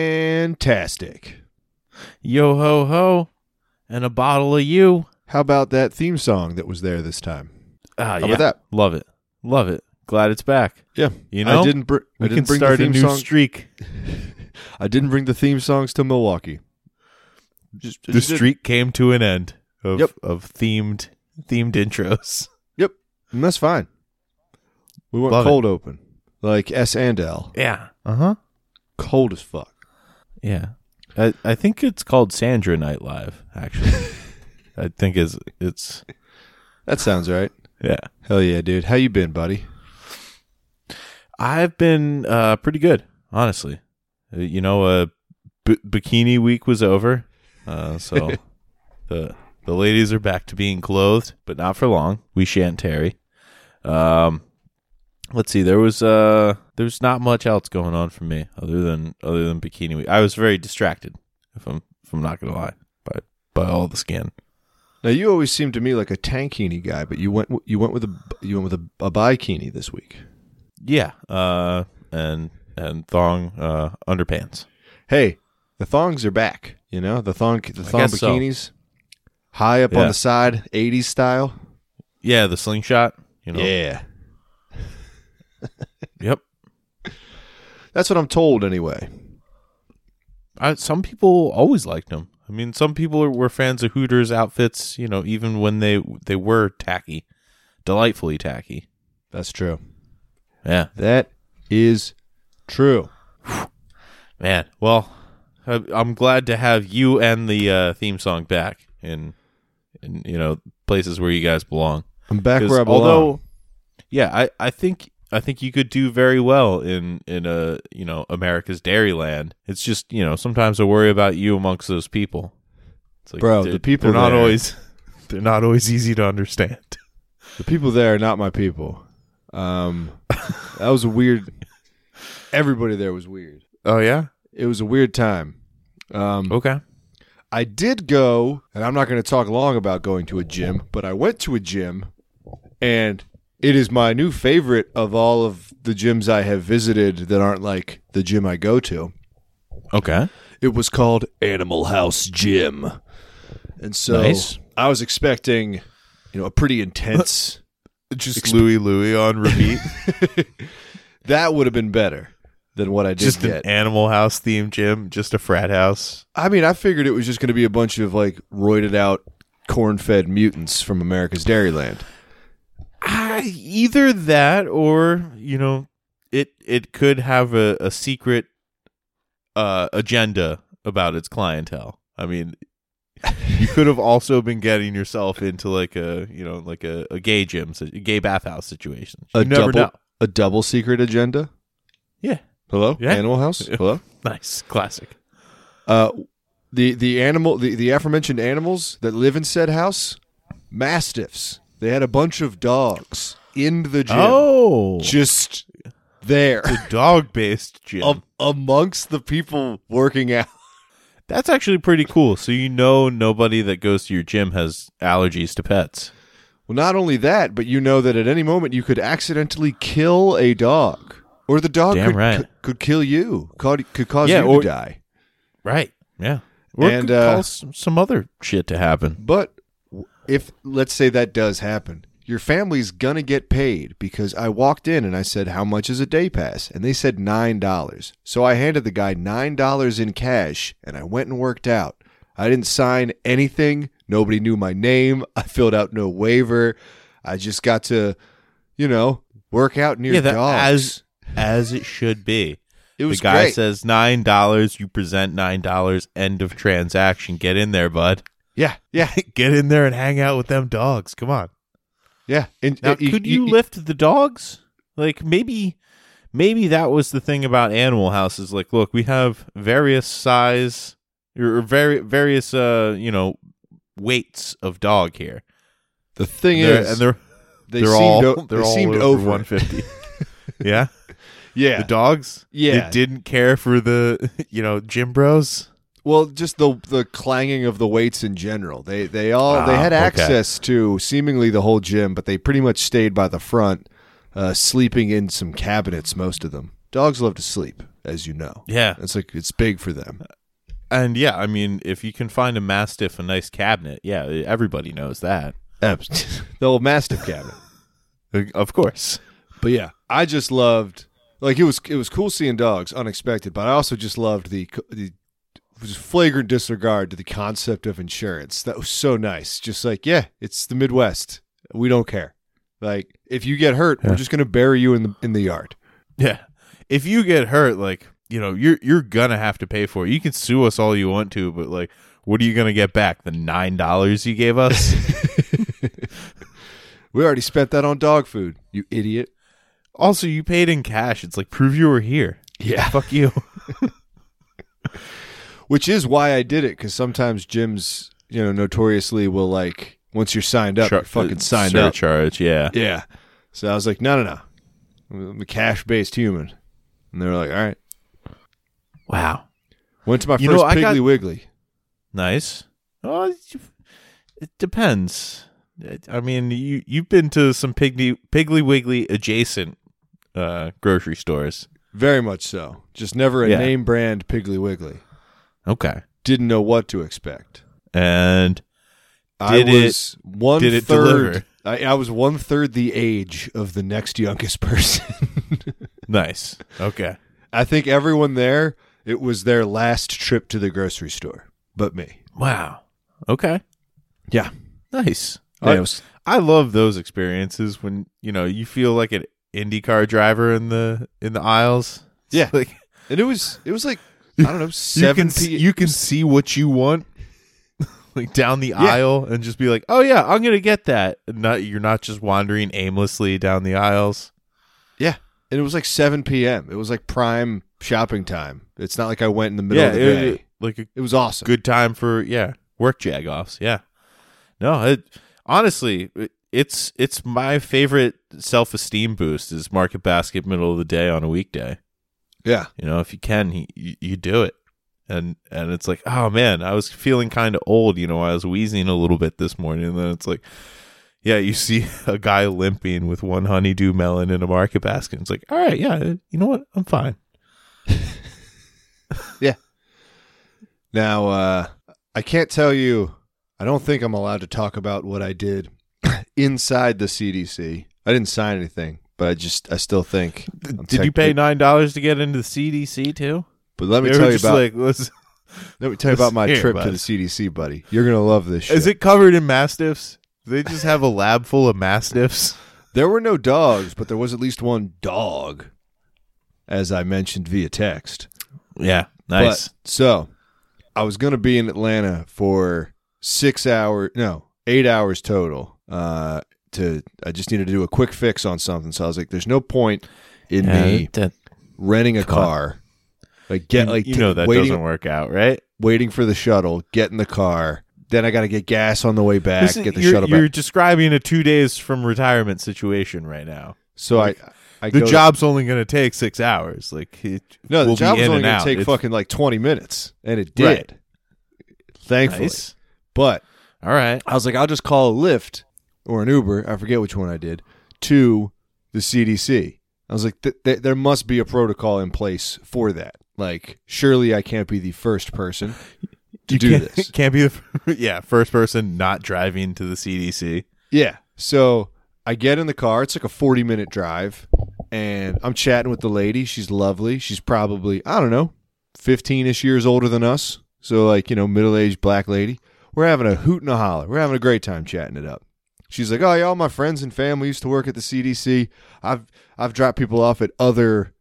fantastic. Yo ho ho, and a bottle of you. How about that theme song that was there this time? Ah, How yeah. about that? Love it. Love it. Glad it's back. Yeah, You know, I didn't. Br- I we didn't can bring start the a theme new song. streak. I didn't bring the theme songs to Milwaukee. Just, the streak came to an end of Yep. of themed themed intros. Yep, and that's fine. We went Love it. cold open, like S and L, Yeah. Uh huh. cold as fuck. Yeah. I, I think it's called Sandra Night Live. Actually, I think is it's That sounds right. yeah. Hell yeah, dude. How you been, buddy? I've been uh, pretty good, honestly. Uh, You know, uh, b- bikini week was over, uh, so the the ladies are back to being clothed, but not for long. We shan't tarry. Um, let's see. There was uh, there's not much else going on for me other than other than bikini week. I was very distracted. If I'm if I'm not gonna lie, by by all the skin. Now you always seem to me like a tankini guy, but you went w- you went with a b- you went with a, a bikini this week. Yeah. Uh, and and thong uh underpants. Hey, the thongs are back. You know the thong the thong guess so. bikinis, high up on Yeah. the side, '80s style. Yeah, the slingshot. You know. Yeah, Yep. that's what I'm told anyway. I, some people always liked them. I mean, some people are, were fans of Hooters outfits, you know, even when they they were tacky, delightfully tacky. That's true. Yeah, That is true. man. Well, I, I'm glad to have you and the uh, theme song back in, in you know places where you guys belong. I'm back 'Cause where I belong. Although, yeah, I, I think I think you could do very well in in a you know America's Dairyland. It's just you know sometimes I worry about you amongst those people. It's like, Bro, they're- the people they're not there- always they're not always easy to understand. the people there are not my people. Um, that was a weird. Everybody there was weird. Oh yeah. It was a weird time. Um, Okay. I did go, and I'm not going to talk long about going to a gym, but I went to a gym, and it is my new favorite of all of the gyms I have visited that aren't like the gym I go to. Okay. It was called Animal House Gym. And so Nice. I was expecting, you know, a pretty intense. Just Louie Louie on repeat. that would have been better than what I did just an get. Animal House themed gym. Just a frat house. I mean, I figured it was just going to be a bunch of like roided out corn-fed mutants from America's Dairyland. Ah, either that or you know, it it could have a, a secret uh, agenda about its clientele. I mean, you could have also been getting yourself into like a you know like a, a gay gym, si- a gay bathhouse situation. You a never double, know. A double secret agenda. Yeah, Hello, Yeah. Animal House. Hello. nice, classic. Uh, the the animal the, the aforementioned animals that live in said house, mastiffs. They had a bunch of dogs in the gym, Oh, just there dog based gym. am- amongst the people working out. That's actually pretty cool. So you know nobody that goes to your gym has allergies to pets. Well, not only that, but you know that at any moment you could accidentally kill a dog, or the dog Damn could, right. could, could kill you, could, could cause Yeah, you or- to die. Right. Yeah. Or And, and, could uh, cause some, some other shit to happen. But if let's say that does happen, your family's gonna get paid because I walked in and I said, "How much is a day pass?" and they said nine dollars. So I handed the guy nine dollars in cash, and I went and worked out. I didn't sign anything. Nobody knew my name. I filled out no waiver. I just got to, you know, work out near Yeah, that, dogs. as as it should be. it was the guy great. says nine dollars, you present nine dollars, end of transaction. Get in there, bud. yeah, yeah, Get in there and hang out with them dogs. Come on. yeah. And, Now and you- could you- you lift the dogs? Like maybe maybe that was the thing about animal houses like look, we have various size or very various uh, you know, weights of dog here. the thing And they're- is, and they're they they are seemed all o- they're they all seemed over, over it. 150. yeah. yeah, The dogs Yeah. They didn't care for the, you know, gym bros. Well, just the the clanging of the weights in general. They they all they Ah, had okay. access to seemingly the whole gym, but they pretty much stayed by the front, uh, sleeping in some cabinets. Most of them. Dogs love to sleep. as you know. Yeah. It's like it's big for them. And yeah, I mean, if you can find a Mastiff, a nice cabinet, yeah, everybody knows that. Abs- the old mastiff cabinet. Of course. But yeah, I just loved like it was it was cool seeing dogs unexpected, but I also just loved the co- the just flagrant disregard to the concept of insurance. That was so nice. Just like, yeah, it's the Midwest. We don't care. Like if you get hurt, we're Yeah. just going to bury you in the in the yard. Yeah. If you get hurt, like, you know, you're you're gonna have to pay for it. You can sue us all you want to, but like, what are you gonna get back? The nine dollars you gave us? We already spent that on dog food, you idiot. also, you paid in cash. It's like prove you were here. Yeah. Fuck you. Which is why I did it cuz sometimes gyms, you know, notoriously will like once you're signed up, you're fucking signed up. surcharge, yeah. Yeah. So I was like, no, no, no. I'm I'm a cash based human. And they were like, all right. Wow. Went to my You first know, I Piggly got- Wiggly. Nice. Oh, it depends. I mean, you you've been to some Piggly Piggly Wiggly adjacent uh, grocery stores. Very much so. Just never a Yeah. name brand Piggly Wiggly. Okay. Didn't know what to expect. And I Did it- was one did it third. deliver? I, I was one third the age of the next youngest person. nice. Okay. I think everyone there, it was their last trip to the grocery store, but me. Wow. Okay. Yeah. Nice. Yeah, it I, was- I love those experiences when you know you feel like an IndyCar driver in the in the aisles. It's Yeah. like and it was it was like I don't know seven you can p. see, you can see what you want like down the Yeah. aisle and just be like, "Oh yeah, I'm going to get that." And not you're not just wandering aimlessly down the aisles. Yeah. And it was like 7 p.m. It was like prime shopping time. It's not like I went in the middle of the it- day. It, it- like a was awesome. good time for yeah, work jag offs. Yeah. No, it, honestly, it- it's it's my favorite self-esteem boost is market basket middle of the day on a weekday. Yeah. You know, if you can, you, you you do it. And and it's like, oh man, I was feeling kind of old. You know, I was wheezing a little bit this morning. And then it's like, yeah, you see a guy limping with one honeydew melon in a market basket. It's like, all right, yeah, you know what? I'm fine. Now, uh, I can't tell you, I don't think I'm allowed to talk about what I did inside the CDC. I didn't sign anything, but I just, I still think. I'm Did you tech- pay nine dollars to get into the CDC too? But let me They were tell you just about like, let's- let me tell you about my Here, trip to bud. the CDC, buddy. You're gonna love this shit. is it covered in mastiffs? Do They just have a lab full of mastiffs. There were no dogs, but there was at least one dog, as I mentioned via text. Yeah, But, so I was going to be in Atlanta for six hours, no, eight hours total. Uh, to I just needed to do a quick fix on something. So I was like, there's no point in me renting a come on. car. Like get like you know that waiting, doesn't work out, right? waiting for the shuttle, get in the car. Then I got to get gas on the way back, This is- get the you're, shuttle you're back. describing a two days from retirement situation right now. So I, I The go to- job's only going to take six hours. Like it no, the will job be was in only and going out. to take It's fucking like 20 minutes, and it did. Right. Thankfully, nice. but All right. I was like, I'll just call a Lyft or an Uber. I forget which one I did to the CDC. I was like, th- th- there must be a protocol in place for that. Like, surely I can't be the first person to You do can't, this. Can't be the f- yeah first person not driving to the CDC. Yeah. So I get in the car. It's like a 40 minute drive. And I'm chatting with the lady. She's lovely. She's probably, I don't know, 15 ish years older than us. So, like, you know, middle aged black lady. We're having a hoot and a holler. We're having a great time chatting it up. She's like, "Oh, yeah, all my friends and family used to work at the CDC. I've I've dropped people off at other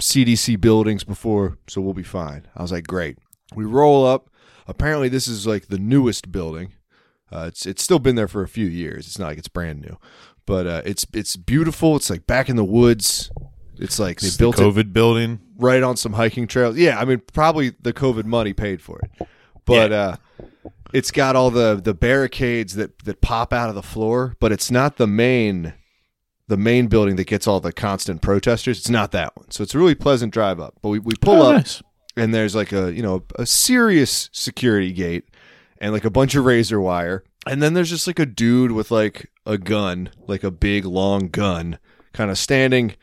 CDC buildings before, so we'll be fine." I was like, "Great." We roll up. Apparently, this is like the newest building. Uh, it's it's still been there for a few years. It's not like it's brand new, but uh, it's it's beautiful. It's like back in the woods. It's like they It's built the it COVID building. right on some hiking trails. Yeah, I mean, probably the COVID money paid for it, but uh, it's got all the the barricades that that pop out of the floor. But it's not the main the main building that gets all the constant protesters. It's not that one. So it's a really pleasant drive up. But we, we pull Oh, up nice. and there's like a you know a serious security gate and like a bunch of razor wire and then there's just like a dude with like a gun like a big long gun kind of standing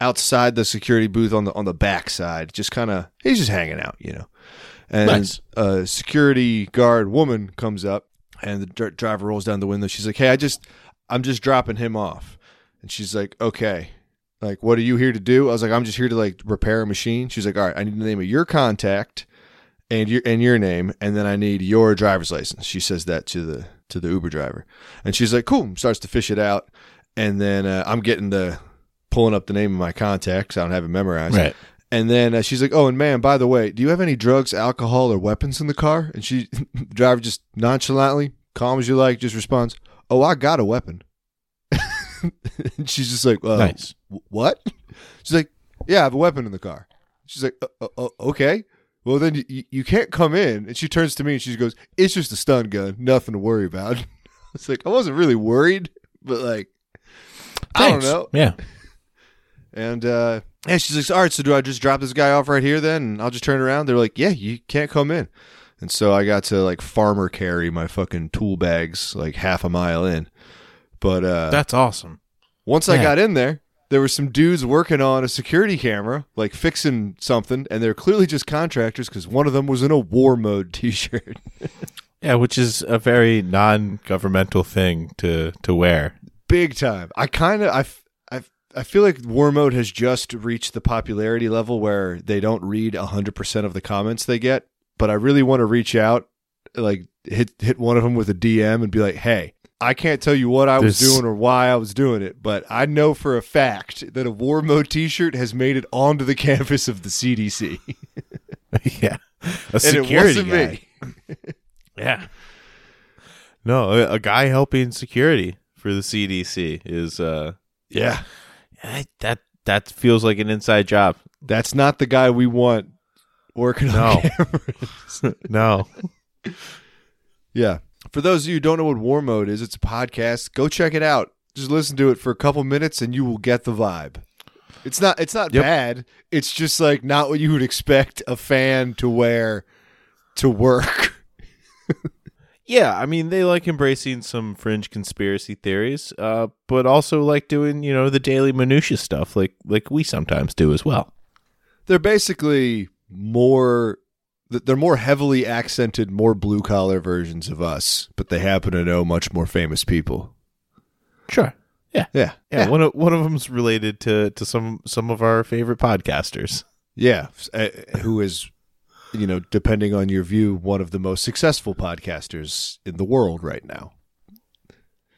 outside the security booth on the on the back side, just kind of he's just hanging out, you know. And Nice. a security guard woman comes up, and the dr- driver rolls down the window. She's like, "Hey, I just I'm just dropping him off," and she's like, "Okay." Like, what are you here to do? I was like, I'm just here to like repair a machine. She's like, all right, I need the name of your contact and your and your name, and then I need your driver's license. She says that to the to the Uber driver, and she's like, "Cool." Starts to fish it out, and then uh, I'm getting the pulling up the name of my contacts. I don't have it memorized. Right. And then uh, she's like, "Oh, and man, by the way, do you have any drugs, alcohol, or weapons in the car?" And she, the driver, just nonchalantly, calm as you like, just responds, "Oh, I got a weapon." and she's just like, uh, nice. "Wh- what? She's like, yeah, I have a weapon in the car. She's like, "O- o- o- okay. Well, then you, you can't come in. And she turns to me and she goes, it's just a stun gun. Nothing to worry about. It's like, I wasn't really worried, but like, I don't Thanks. know. Yeah. And, uh, and she's like, all right, so do I just drop this guy off right here then? And I'll just turn around. They're like, yeah, you can't come in. And so I got to like farmer carry my fucking tool bags like half a mile in. But, uh, That's awesome. once I Yeah. got in there, there were some dudes working on a security camera, like fixing something, and they're clearly just contractors because one of them was in a war mode T-shirt. Yeah, which is a very non-governmental thing to to wear. Big time. I kind of I, f- I f- I feel like war mode has just reached the popularity level where they don't read hundred percent of the comments they get. But I really want to reach out, like hit hit one of them with a DM and be like, hey. I can't tell you what I was There's- doing or why I was doing it, but I know for a fact that a war mode T-shirt has made it onto the canvas of the CDC. yeah, a security guy. me. Yeah. No, a, a guy helping security for the CDC is uh Yeah, I- that that feels like an inside job. that's not the guy we want working on No. cameras. No. yeah. For those of you who don't know what War Mode is, it's a podcast. Go check it out. Just listen to it for a couple minutes, and you will get the vibe. It's not. It's not Yep. bad. It's just like not what you would expect a fan to wear to work. Yeah, I mean they like embracing some fringe conspiracy theories, uh, but also like doing, you know, the daily minutia stuff like like we sometimes do as well. They're basically more. th- They're more heavily accented, more blue collar versions of us, but they happen to know much more famous people. Sure. Yeah, Yeah, one of one of them's related to to some some of our favorite podcasters. Yeah, uh, who is, you know, depending on your view, one of the most successful podcasters in the world right now.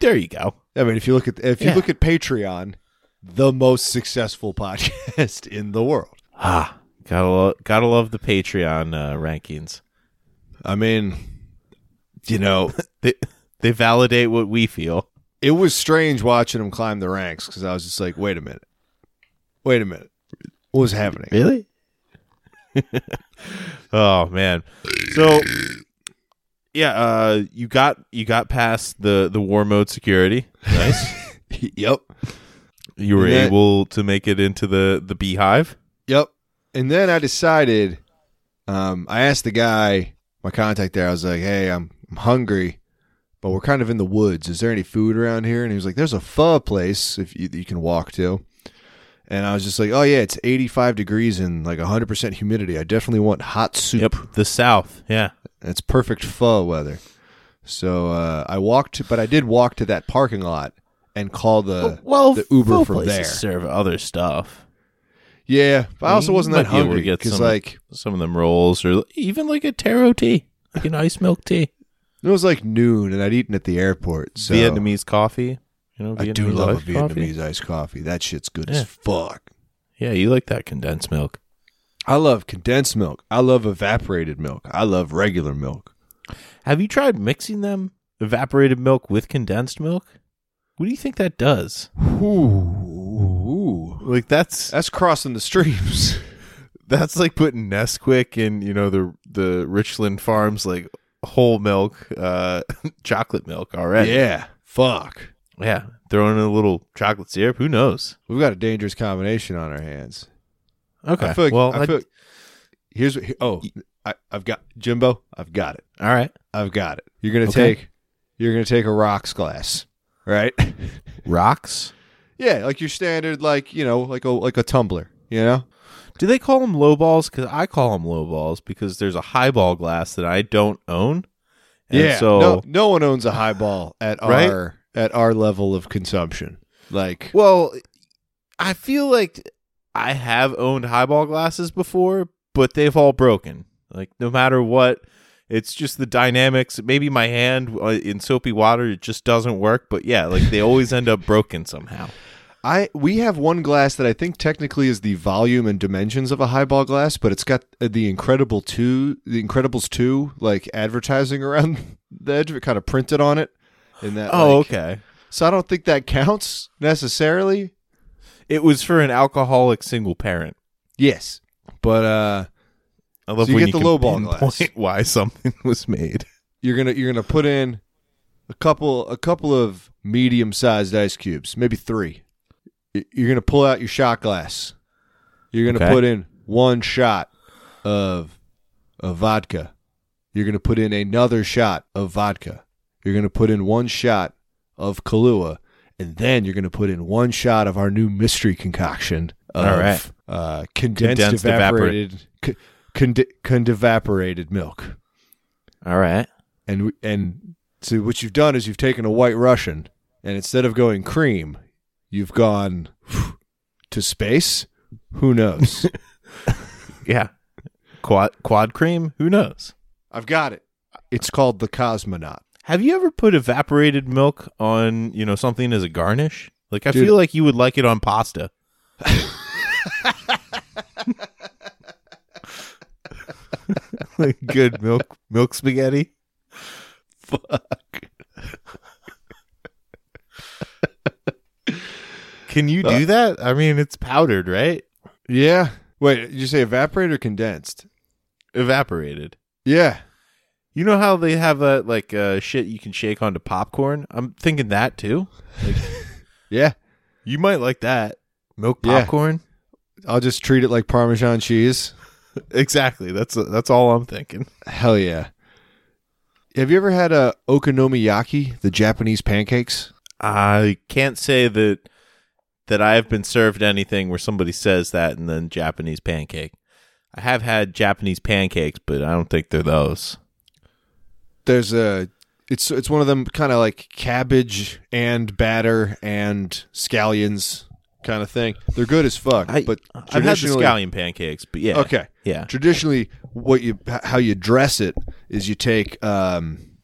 There you go. I mean, if you look at if you Yeah. look at Patreon, the most successful podcast in the world. Ah, gotta lo- gotta love the Patreon uh, rankings. I mean, you know, They they validate what we feel. it was strange watching him climb the ranks because I was just like, wait a minute, wait a minute, what was happening? Really? oh man. So yeah, uh you got you got past the the war mode security. Nice. yep, you were And that- able to make it into the the beehive. Yep. And then I decided, um, I asked the guy, my contact there, I was like, hey, I'm, I'm hungry, but we're kind of in the woods. Is there any food around here? And he was like, there's a pho place if you, that you can walk to. And I was just like, oh, yeah, it's 85 degrees and like 100% humidity. I definitely want hot soup. The south. Yeah. It's perfect pho weather. So uh, I walked, but I did walk to that parking lot and call the. well, the Uber full from places there. serve other stuff. Yeah, but I also wasn't Might that be able to hungry get because, some- like, Some of them rolls or even like a taro tea, like an ice milk tea. It was like noon, and I'd eaten at the airport. So Vietnamese coffee. You know, I do Vietnamese love a iced coffee. Vietnamese iced coffee. That shit's good Yeah. as fuck. Yeah, you like that condensed milk. I love condensed milk. I love evaporated milk. I love regular milk. Have you tried mixing them, evaporated milk with condensed milk? What do you think that does? Ooh, Like that's that's crossing the streams. that's like putting Nesquik in, you know, the the Richland Farms like whole milk, uh chocolate milk already. Yeah, fuck. Yeah. Throwing in a little chocolate syrup, who knows? We've got a dangerous combination on our hands. Okay. I feel like, well, I I- feel like- here's what. Here, oh, I, I've got Jimbo. I've got it. all right. I've got it. You're gonna Okay. take. You're gonna take a rocks glass, right? Rocks? Yeah, like your standard, like you know, like a like a tumbler. You know, Do they call them low balls? Because I call them low balls because there's a highball glass that I don't own. And So no, no one owns a highball at Right? our at our level of consumption. Like, well, I feel like I have owned highball glasses before, but they've all broken. Like no matter what, it's just the dynamics. Maybe my hand uh, in soapy water it just doesn't work. But yeah, like they always end up broken somehow. I we have one glass that I think technically is the volume and dimensions of a highball glass, but it's got uh, the Incredible two, the Incredibles two, like advertising around the edge of it, kind of printed on it. And that, Oh, like- okay. So I don't think that counts necessarily. It was for an alcoholic single parent. Yes, but uh, I love So you when get the can low ball glass. pinpoint why something was made. you're gonna you're gonna put in a couple a couple of medium sized ice cubes, maybe three. Y- You're gonna pull out your shot glass. You're gonna Okay. put in one shot of of vodka. You're gonna put in another shot of vodka. You're gonna put in one shot of Kahlua, and then you're gonna put in one shot of our new mystery concoction of All right. uh, condensed, Condensed evaporate- evaporated con- cond- cond- evaporated milk All right. and we- and so what you've done is you've taken a white Russian, and instead of going cream, you've gone whew, to space. Who knows? Yeah. Quad quad cream, who knows? I've got it. It's called the cosmonaut. Have you ever put evaporated milk on, you know, something as a garnish? Like I Dude. feel like you would like it on pasta. like good milk milk spaghetti. Fuck. Can you do that? I mean, it's powdered, right? Yeah. Wait, did you say evaporate or condensed? Evaporated. Yeah. You know how they have that like uh, shit you can shake onto popcorn? I'm thinking that too. Yeah. You might like that. Milk Yeah. popcorn? I'll just treat it like Parmesan cheese. Exactly. That's that's all I'm thinking. Hell yeah. Have you ever had a okonomiyaki, the Japanese pancakes? I can't say that that I have been served anything where somebody says that and then Japanese pancake. I have had Japanese pancakes, but I don't think they're those. there's a it's it's one of them kind of like cabbage and batter and scallions kind of thing. They're good as fuck, I, but I've had the traditionally- scallion pancakes, but yeah. Okay, Yeah. traditionally, what you h- how you dress it is you take um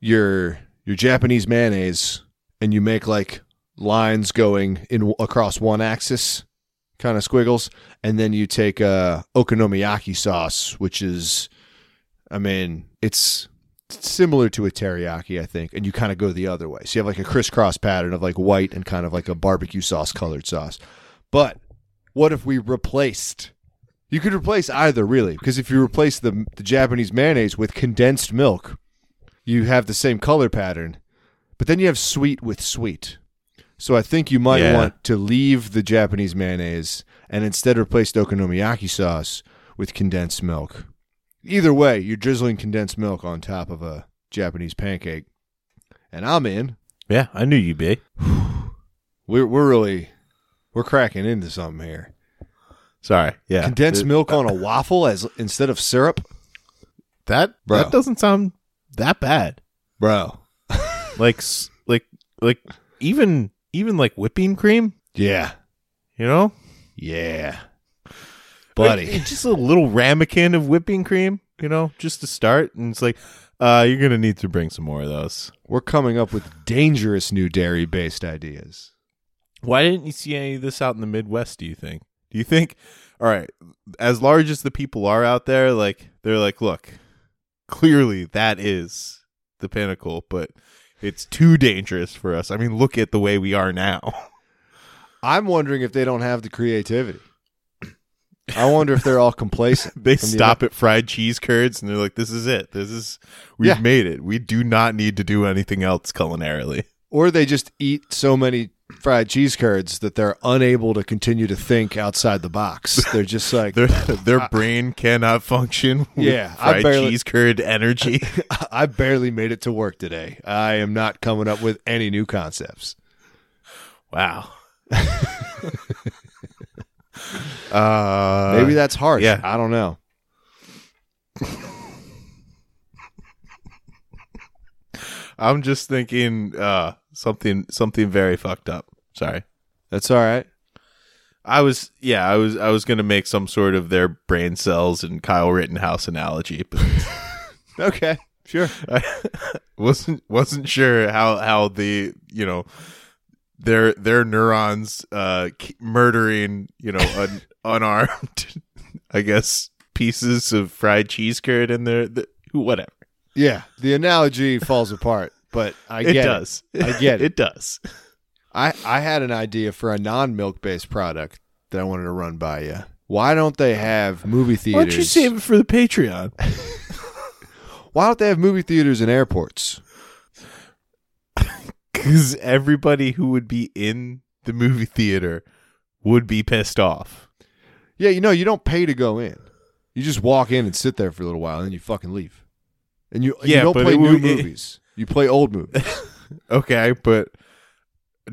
your your Japanese mayonnaise and you make like lines going in across one axis, kind of squiggles, and then you take uh, okonomiyaki sauce, which is, I mean, it's similar to a teriyaki, I think, and you kind of go the other way. So you have like a crisscross pattern of like white and kind of like a barbecue sauce colored sauce. But what if we replaced? You could replace either, really, because if you replace the, the Japanese mayonnaise with condensed milk, you have the same color pattern, but then you have sweet with sweet. So I think you might Yeah. want to leave the Japanese mayonnaise and instead replace the okonomiyaki sauce with condensed milk. Either way, you're drizzling condensed milk on top of a Japanese pancake, and I'm in. Yeah, I knew you'd be. We're we're really we're cracking into something here. Sorry. Yeah. Condensed Th- milk on a waffle as instead of syrup, That Bro. that doesn't sound that bad. bro. like s- like like even even like whipping cream Yeah, you know yeah, Like, buddy. it's just a little ramekin of whipping cream you know just to start and it's like uh you're gonna need to bring some more of those We're coming up with dangerous new dairy-based ideas. why didn't you see any of this out in the midwest do you think do you think all right as large as the people are out there like they're like look clearly that is the pinnacle but it's too dangerous for us i mean look at the way we are now I'm wondering if they don't have the creativity. I wonder if they're all complacent. they from the stop at fried cheese curds and they're like this is it this is we've Yeah. made it we do not need to do anything else culinarily or they just eat so many fried cheese curds that they're unable to continue to think outside the box. They're just like, their their brain cannot function with Yeah, I fried barely- cheese curd energy I barely made it to work today. I am not coming up with any new concepts. Wow. Uh, Maybe that's harsh. yeah. I don't know. I'm just thinking uh, something something very fucked up. Sorry. That's all right. I was yeah, I was I was gonna make some sort of their brain cells and Kyle Rittenhouse analogy, but Okay. Sure. I wasn't wasn't sure how how the you know their their neurons uh ke- murdering you know un, unarmed I guess pieces of fried cheese curd in their the, whatever Yeah. The analogy falls apart, but I it get does I get it. it does I, I had an idea for a non milk based product that I wanted to run by you. Why don't they have movie theaters? why don't you save it for the Patreon Why don't they have movie theaters in airports? because everybody who would be in the movie theater would be pissed off Yeah, you know, you don't pay to go in. You just walk in and sit there for a little while, and then you fucking leave. And you, you Yeah, don't but play it new would- it- movies. You play old movies. okay but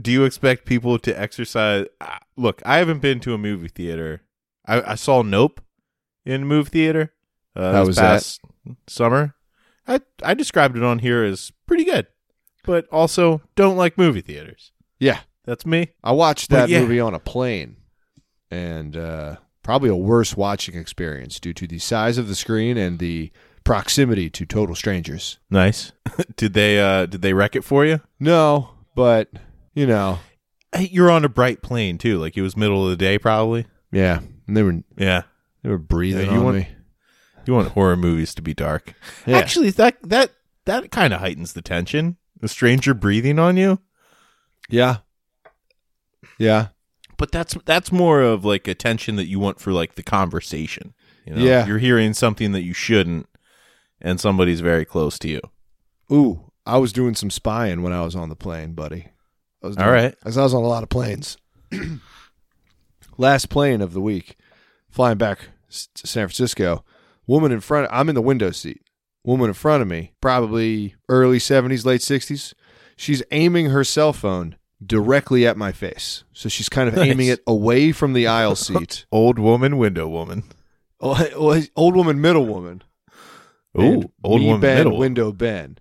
do you expect people to exercise uh, look i haven't been to a movie theater i, I saw nope in a movie theater uh, How this was that? past summer I, I described it on here as pretty good but also don't like movie theaters Yeah, that's me I watched But that yeah. movie on a plane, and uh, probably a worse watching experience due to the size of the screen and the proximity to total strangers. nice did they uh did they wreck it for you No, but you know, Hey, you're on a bright plane too like it was middle of the day probably yeah, and they were yeah they were breathing Yeah, you on want- me. You want horror movies to be dark. Yeah. Actually, that that that kind of heightens the tension. A stranger breathing on you, Yeah, yeah, but that's that's more of like a tension that you want for like the conversation. You know? Yeah. you're hearing something that you shouldn't, and somebody's very close to you. Ooh, I was doing some spying when I was on the plane, buddy. I was doing, All right. As I was on a lot of planes. Last plane of the week, flying back s- to San Francisco. Woman in front, I'm in the window seat. Woman in front of me, probably early 70s, late 60s. She's aiming her cell phone directly at my face. So she's kind of Nice. aiming it away from the aisle seat. Old woman, window woman. Oh, old woman, middle woman Ooh, and old me woman, Ben, middle. window Ben.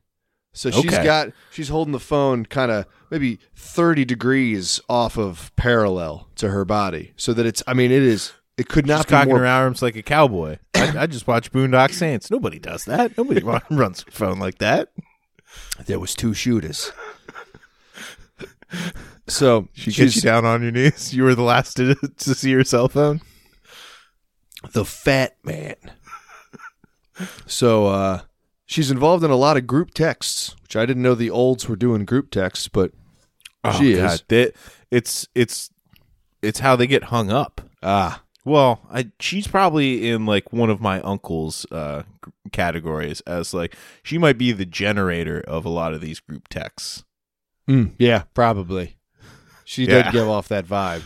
So she's Okay. got she's holding the phone kind of maybe 30 degrees off of parallel to her body so that it's I mean it is it could She's not be cocking more her arms like a cowboy. I, I just watch Boondock Saints. Nobody does that. Nobody run- runs a phone like that. there was two shooters. so She gets you down on your knees. You were the last to, to see her cell phone. the fat man. So uh, she's involved in a lot of group texts, which I didn't know the olds were doing group texts, but Oh, she is. They- it's it's it's how they get hung up. Ah, Well, I, she's probably in like one of my uncle's uh, g- categories as like she might be the generator of a lot of these group texts. Mm, yeah, probably. She Yeah. did give off that vibe.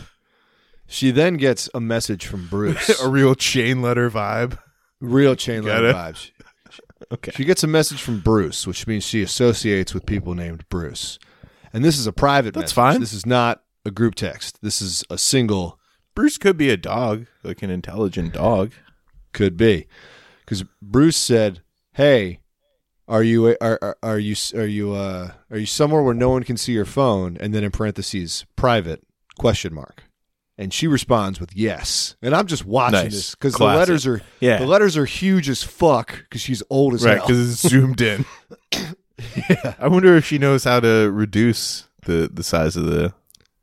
She then gets a message from Bruce. a real chain letter vibe. real chain Got letter it. vibes. Okay. She gets a message from Bruce, which means she associates with people named Bruce. And this is a private That's message. fine. This is not a group text. This is a single Bruce could be a dog, like an intelligent dog. could be. Cuz Bruce said, "Hey, are you are, are are you are you uh are you somewhere where no one can see your phone?" And then in parentheses, private question mark. And she responds with yes. And I'm just watching Nice. this cuz the Classic. letters are Yeah, the letters are huge as fuck cuz she's old as right, hell. because it's zoomed in. I wonder if she knows how to reduce the the size of the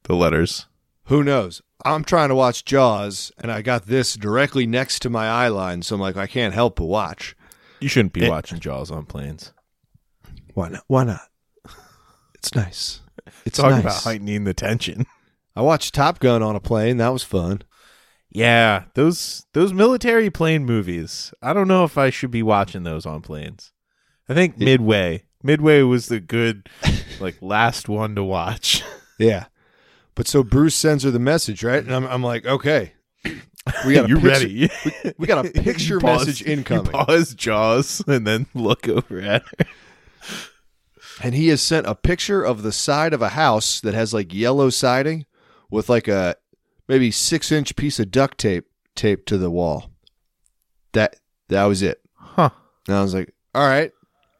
the letters. Who knows? I'm trying to watch Jaws, and I got this directly next to my eye line, so I'm like, I can't help but watch. You shouldn't be It- watching Jaws on planes. Why not? Why not? It's nice. It's Talk nice. about heightening the tension. I watched Top Gun on a plane. That was fun. Yeah, those those military plane movies. I don't know if I should be watching those on planes. I think Midway. Midway was the good like last one to watch. Yeah. But so Bruce sends her the message, right? And I'm, I'm like, okay, we got a you picture, ready? We got a picture You paused- message You incoming. pause jaws and then look over at her. and he has sent a picture of the side of a house that has like yellow siding with like a maybe six inch piece of duct tape taped to the wall. That that was it. Huh. And I was like, all right,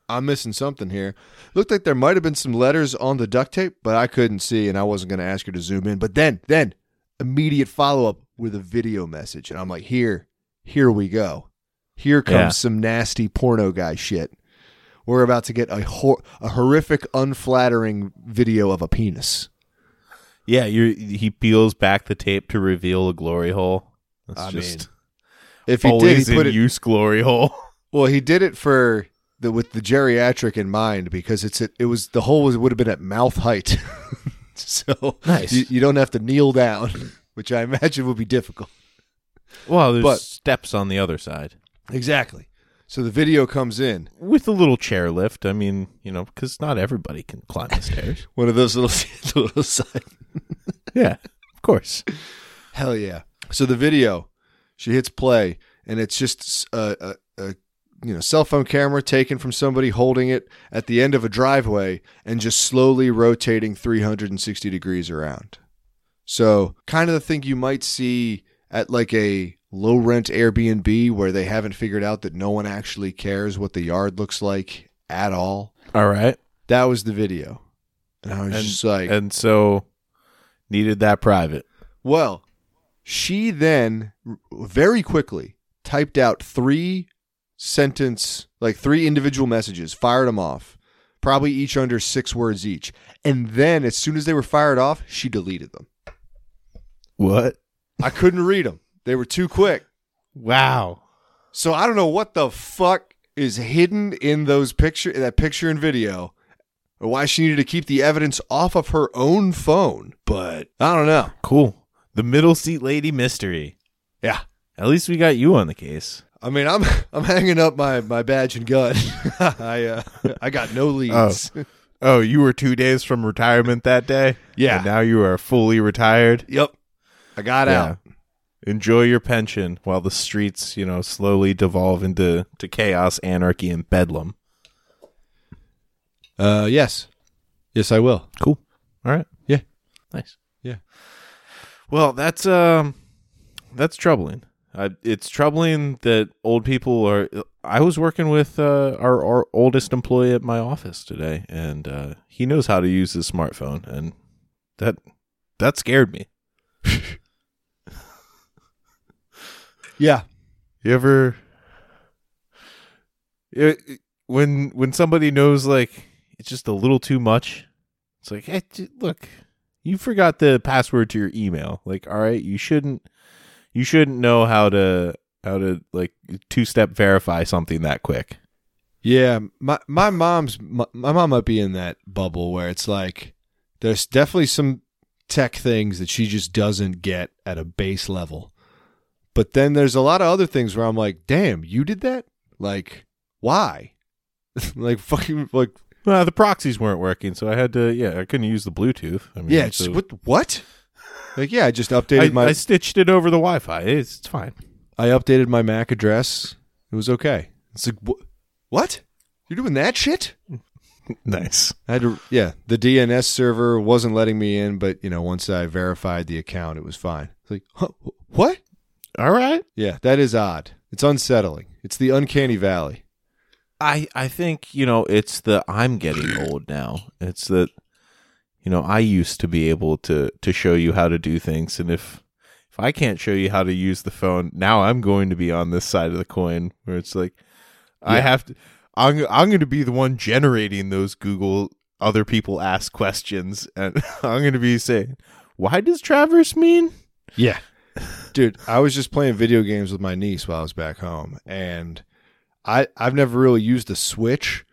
I'm missing something here. Looked like there might have been some letters on the duct tape, but I couldn't see and I wasn't gonna ask her to zoom in. But then, then immediate follow up with a video message. And I'm like, here, here we go. Here comes Yeah. some nasty porno guy shit. We're about to get a, hor- a horrific, unflattering video of a penis. Yeah, you he peels back the tape to reveal a glory hole. That's I just If he did, always he put in it. use glory hole. Well, he did it for the with the geriatric in mind because it's at, it was the hole was would have been at mouth height, so Nice. you, you don't have to kneel down, which I imagine would be difficult. Well, there's But- steps on the other side Exactly. So the video comes in, with a little chair lift. I mean, you know, because not everybody can climb the stairs. one of those little little side Yeah, of course. Hell yeah! So the video, she hits play, and it's just a, a, a you know cell phone camera taken from somebody holding it at the end of a driveway and just slowly rotating 360 degrees around. So kind of the thing you might see at like a low rent Airbnb where they haven't figured out that no one actually cares what the yard looks like at all. All right, That was the video, and I was And- just like, and so needed that private. Well, she then r- very quickly typed out three sentence, like three individual messages, fired them off, probably each under six words each. And then as soon as they were fired off, she deleted them. What? I couldn't read them, they were too quick. Wow. So I don't know what the fuck is hidden in those picture that picture and video or why she needed to keep the evidence off of her own phone, but I don't know. Cool. The middle seat lady mystery. Yeah. At least we got you on the case. I mean, I'm I'm hanging up my, my badge and gun. I uh, I got no leads. Oh, you were two days from retirement that day? Yeah. And now you are fully retired. Yep, I got out. Enjoy your pension while the streets, you know, slowly devolve into to chaos, anarchy, and bedlam. Uh, yes, yes, I will. Cool. All right. Yeah. Nice. Yeah. Well, that's um that's troubling. Uh, it's troubling that old people are I was working with uh, our, our oldest employee at my office today and uh, he knows how to use his smartphone and that that scared me. Yeah, You ever it, it- when when somebody knows like it's just a little too much. It's like, hey, j- look, you forgot the password to your email. Like, all right, you shouldn't you shouldn't know how to how to like two step verify something that quick. yeah. My my mom's my, my mom might be in that bubble where it's like there's definitely some tech things that she just doesn't get at a base level, but then there's a lot of other things where I'm like, damn, you did that? Like, why? like fucking like Well, the proxies weren't working, so I had to yeah, I couldn't use the Bluetooth. I mean, Yeah, it's so- what what? Like yeah, I just updated I, my I stitched it over the Wi Fi. It's, it's fine. I updated my MAC address. It was okay. It's like wh- what? You're doing that shit? Nice. I had to yeah, the DNS server wasn't letting me in, but you know, once I verified the account, it was fine. It's like huh, wh- what? All right. Yeah, that is odd. It's unsettling. It's the uncanny valley. I I think you know it's the I'm getting old now. It's that you know I used to be able to to show you how to do things, and if if I can't show you how to use the phone now, I'm going to be on this side of the coin where it's like I Yeah. have to. I'm I'm going to be the one generating those Google other people ask questions, and I'm going to be saying, "Why does Traverse mean?" Yeah. Dude, I was just playing video games with my niece while I was back home and I I've never really used the Switch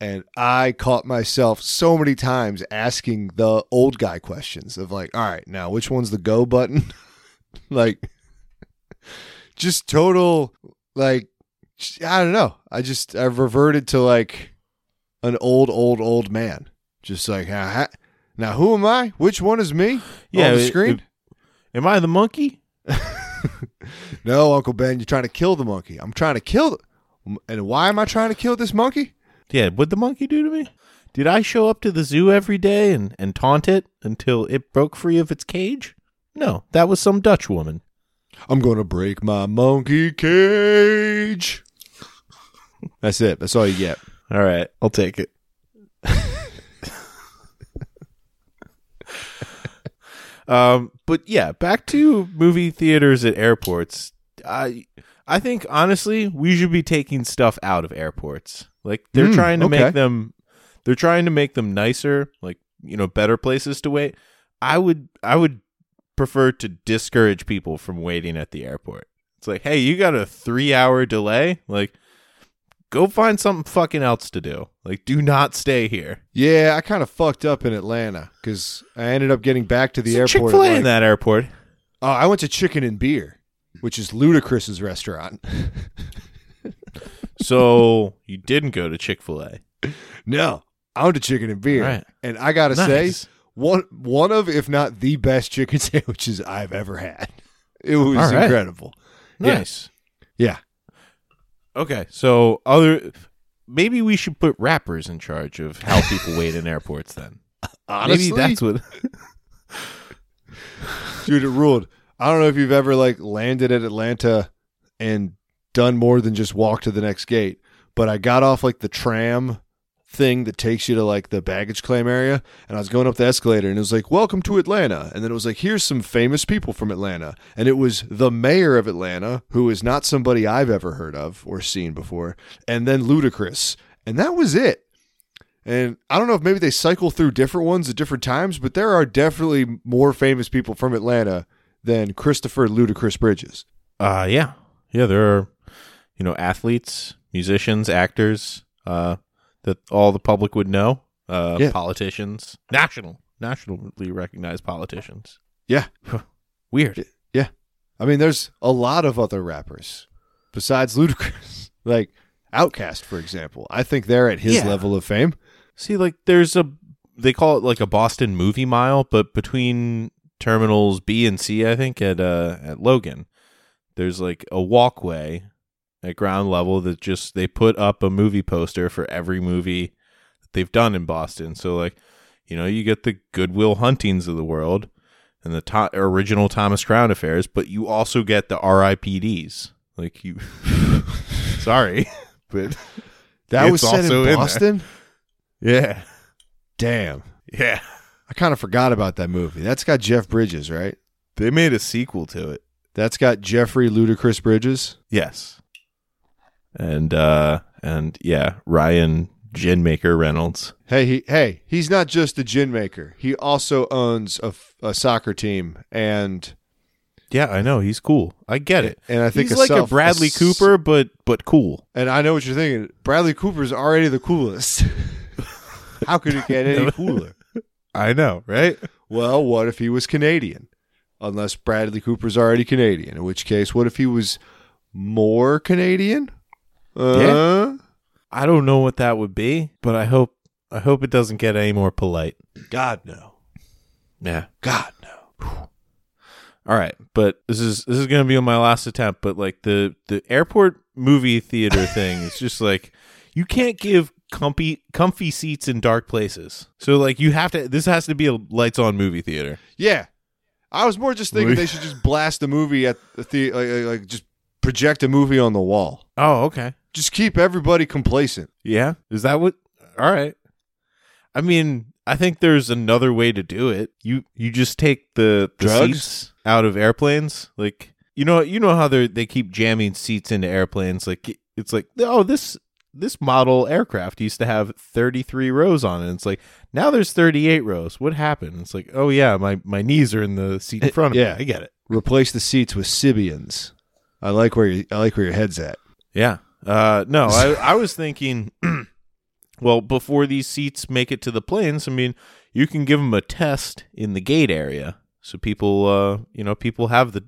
and I caught myself so many times asking the old guy questions of like, all right, now which one's the go button? like just total like I don't know. I just I reverted to like an old old old man. Just like "Ah, ha- now who am I? Which one is me? on the it- screen. it- am I the monkey? No, Uncle Ben, you're trying to kill the monkey. I'm trying to kill. The- and why am I trying to kill this monkey? Yeah, what'd the monkey do to me? Did I show up to the zoo every day and, and taunt it until it broke free of its cage? No, that was some Dutch woman. I'm gonna break my monkey cage. That's it. That's all you get. All right, I'll take it. um, but yeah, back to movie theaters at airports. I I think honestly, we should be taking stuff out of airports. Like they're Mm, trying to okay. make them they're trying to make them nicer, like, you know, better places to wait. I would I would prefer to discourage people from waiting at the airport. It's like, "Hey, you got a 3-hour delay?" Like go find something fucking else to do. Like, do not stay here. Yeah, I kind of fucked up in Atlanta because I ended up getting back to the airport. Chick Fil at A like- in that airport. Oh, I went to Chicken and Beer, which is Ludacris's restaurant. So you didn't go to Chick Fil A. no, I went to Chicken and Beer, Right. and I gotta Nice. say, one one of if not the best chicken sandwiches I've ever had. It was All right. incredible. Yeah. Nice. Yeah. Okay. So other, maybe we should put rappers in charge of how people wait in airports. Then Honestly, maybe that's what. dude, it ruled. I don't know if you've ever like landed at Atlanta and done more than just walk to the next gate, but I got off like the tram thing that takes you to like the baggage claim area and I was going up the escalator and it was like welcome to Atlanta and then it was like here's some famous people from Atlanta and it was the mayor of Atlanta who is not somebody I've ever heard of or seen before and then Ludacris and that was it and I don't know if maybe they cycle through different ones at different times, but there are definitely more famous people from Atlanta than Christopher Ludacris Bridges. Uh yeah, yeah. There are, you know, athletes, musicians, actors, uh, that all the public would know. Uh, Yeah. politicians, national, nationally recognized politicians. Yeah. Weird. I mean, there's a lot of other rappers besides Ludacris, like Outkast, for example. I think they're at his Yeah. level of fame. See, like there's a they call it like a Boston movie mile, but between terminals B and C, I think at uh at Logan, there's like a walkway at ground level that just they put up a movie poster for every movie that they've done in Boston. So like, you know, you get the Goodwill Huntings of the world and the to- original Thomas Crown affairs, but you also get the RIPDs. Like you, sorry, but That It's was set also in in there. Boston. yeah, Damn, yeah. I kind of forgot about that movie. That's got Jeff Bridges, right? They made a sequel to it. That's got Jeffrey Ludacris Bridges. Yes. And uh and yeah, Ryan Ginmaker Reynolds. Hey, he, hey, he's not just a gin maker. He also owns a, f- a soccer team and Yeah, I know, he's cool. I get it. And I think he's like a self- Bradley s- Cooper but but cool. And I know what you're thinking. Bradley Cooper's already the coolest. How could it get any cooler? I know, right? Well, what if he was Canadian? Unless Bradley Cooper's already Canadian, in which case, what if he was more Canadian? Uh, I don't know what that would be, but I hope I hope it doesn't get any more polite. God no, Yeah. God no. All right, but this is this is gonna be my last attempt. But like the the airport movie theater thing is just like you can't give comfy comfy seats in dark places. So like you have to. This has to be a lights on movie theater. Yeah, I was more just thinking We- they should just blast the movie at the, the like, like- like just project a movie on the wall. Oh, okay. Just keep everybody complacent. Yeah, is that what? All right. I mean, I think there's another way to do it. You you just take the, the Drugs? seats out of airplanes. Like you know you know how they they keep jamming seats into airplanes. Like it's like oh this this model aircraft used to have 33 rows on it. It's like now there's 38 rows. What happened? It's like oh yeah my my knees are in the seat in front of Eh, yeah. me. I get it. Replace the seats with Sibians. I like where you, I like where your head's at. Yeah. Uh, no, I, I was thinking, well, before these seats make it to the planes, I mean, you can give them a test in the gate area, so people, uh, you know, people have the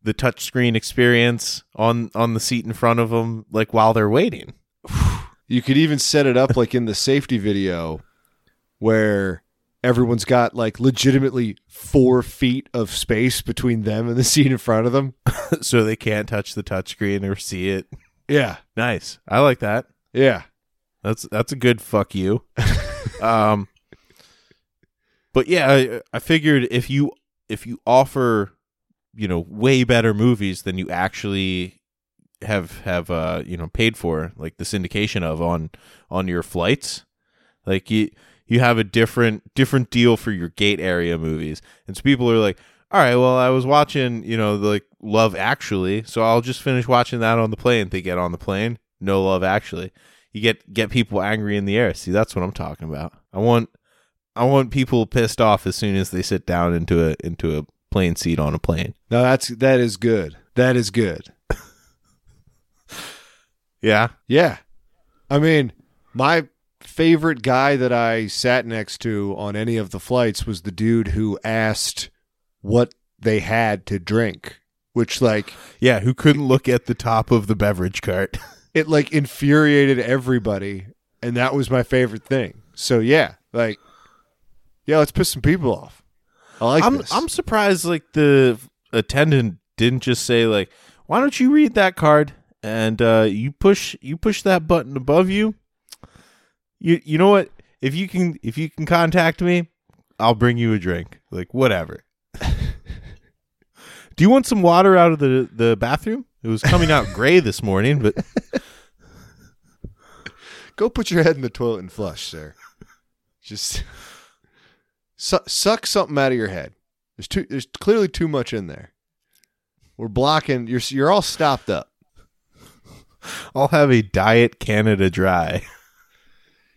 the touch screen experience on on the seat in front of them, like while they're waiting. You could even set it up like in the safety video where everyone's got like legitimately four feet of space between them and the seat in front of them. so they can't touch the touch screen or see it. Yeah. Nice. I like that. Yeah. That's that's a good fuck you. Um, but yeah, I, I figured if you if you offer, you know, way better movies than you actually have have uh you know paid for, like the syndication of on on your flights, like you you have a different different deal for your gate area movies, and so people are like. All right, well, I was watching, you know, like Love Actually, so I'll just finish watching that on the plane. They get on the plane, no Love Actually you get get people angry in the air. See, that's what I'm talking about. I want I want people pissed off as soon as they sit down into a into a plane seat on a plane. No, that's that is good. That is good. Yeah. Yeah. I mean, my favorite guy that I sat next to on any of the flights was the dude who asked what they had to drink, which like Yeah, who couldn't look at the top of the beverage cart. it like infuriated everybody and that was my favorite thing. So yeah, like yeah, let's piss some people off. I like I'm this. I'm surprised like the attendant didn't just say like, "Why don't you read that card and uh you push you push that button above you?" You you know what? If you can if you can contact me, I'll bring you a drink. Like whatever. Do you want some water out of the the bathroom? It was coming out gray this morning, but Go put your head in the toilet and flush, sir. Just su- suck something out of your head. There's too. There's clearly too much in there. We're blocking. You're you're all stopped up. I'll have a diet Canada dry.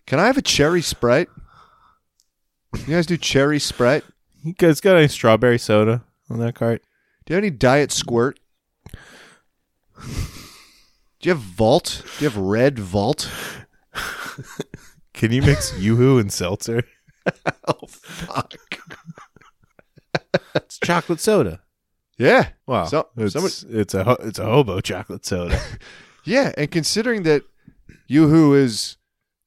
Can I have a cherry sprite? You guys do cherry sprite? You guys got any strawberry soda on that cart? Do you have any diet squirt? Do you have Vault? Do you have Red Vault? Can you mix yoo-hoo and seltzer? Oh fuck! It's chocolate soda. Yeah, Wow, So- it's, somebody- it's a ho- it's a hobo chocolate soda. yeah. And considering that YooHoo is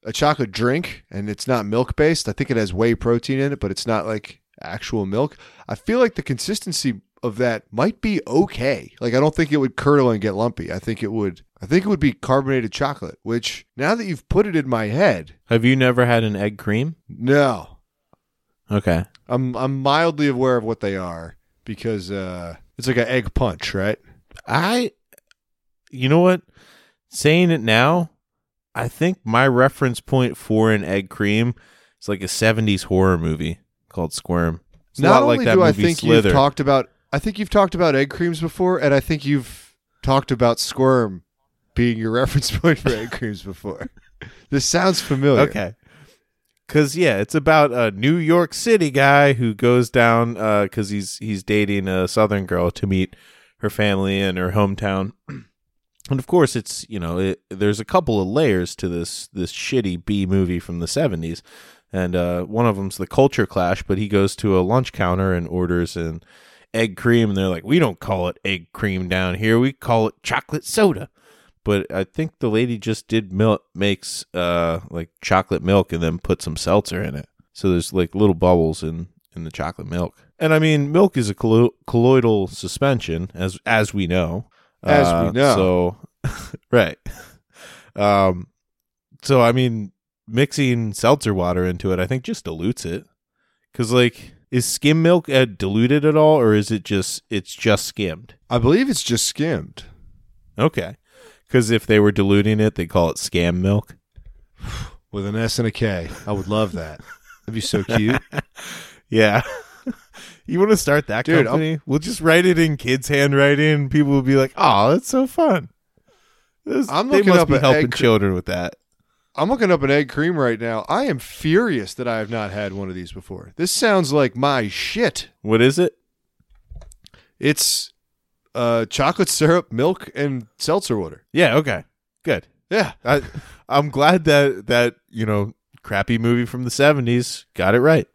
a chocolate drink and it's not milk based, I think it has whey protein in it, but it's not like actual milk. I feel like the consistency of that might be okay. Like I don't think it would curdle and get lumpy. I think it would. I think it would be carbonated chocolate. Which now that you've put it in my head, Have you never had an egg cream? no, Okay, I'm I'm mildly aware of what they are because uh, it's like an egg punch, right? I, you know what? Saying it now, I think my reference point for an egg cream is like a '70s horror movie called Squirm. It's a Not lot only like that do I movie think Slither. you've talked about, I think you've talked about egg creams before, and I think you've talked about squirm being your reference point for egg creams before. This sounds familiar. Okay. Cause yeah, it's about a New York City guy who goes down because he's he's dating a Southern girl to meet her family in her hometown, and of course it's you know it, there's a couple of layers to this this shitty B movie from the '70s, and uh, one of them's the culture clash. But he goes to a lunch counter and orders an egg cream, and they're like, "We don't call it egg cream down here. We call it chocolate soda." but I think the lady just did milk makes uh like chocolate milk and then put some seltzer in it. So there's like little bubbles in in the chocolate milk. And I mean, milk is a collo- colloidal suspension as as we know. Uh, As we know. So right. Um so I mean, mixing seltzer water into it I think just dilutes it. Cuz like is skim milk uh, diluted at all or is it just it's just skimmed? I believe it's just skimmed. Okay. Because if they were diluting it, they call it scam milk. With an S and a K. I would love that. That'd be so cute. Yeah. you want to start that Dude, company? We'll just write it in kids' handwriting, and people will be like, "Oh, that's so fun." This- I'm they looking must up be an helping egg cr- children with that. I'm looking up an egg cream right now. I am furious that I have not had one of these before. This sounds like my shit. What is it? It's uh, chocolate syrup, milk, and seltzer water. Yeah. Okay. Good. Yeah. I, I'm glad that that you know crappy movie from the '70s got it right.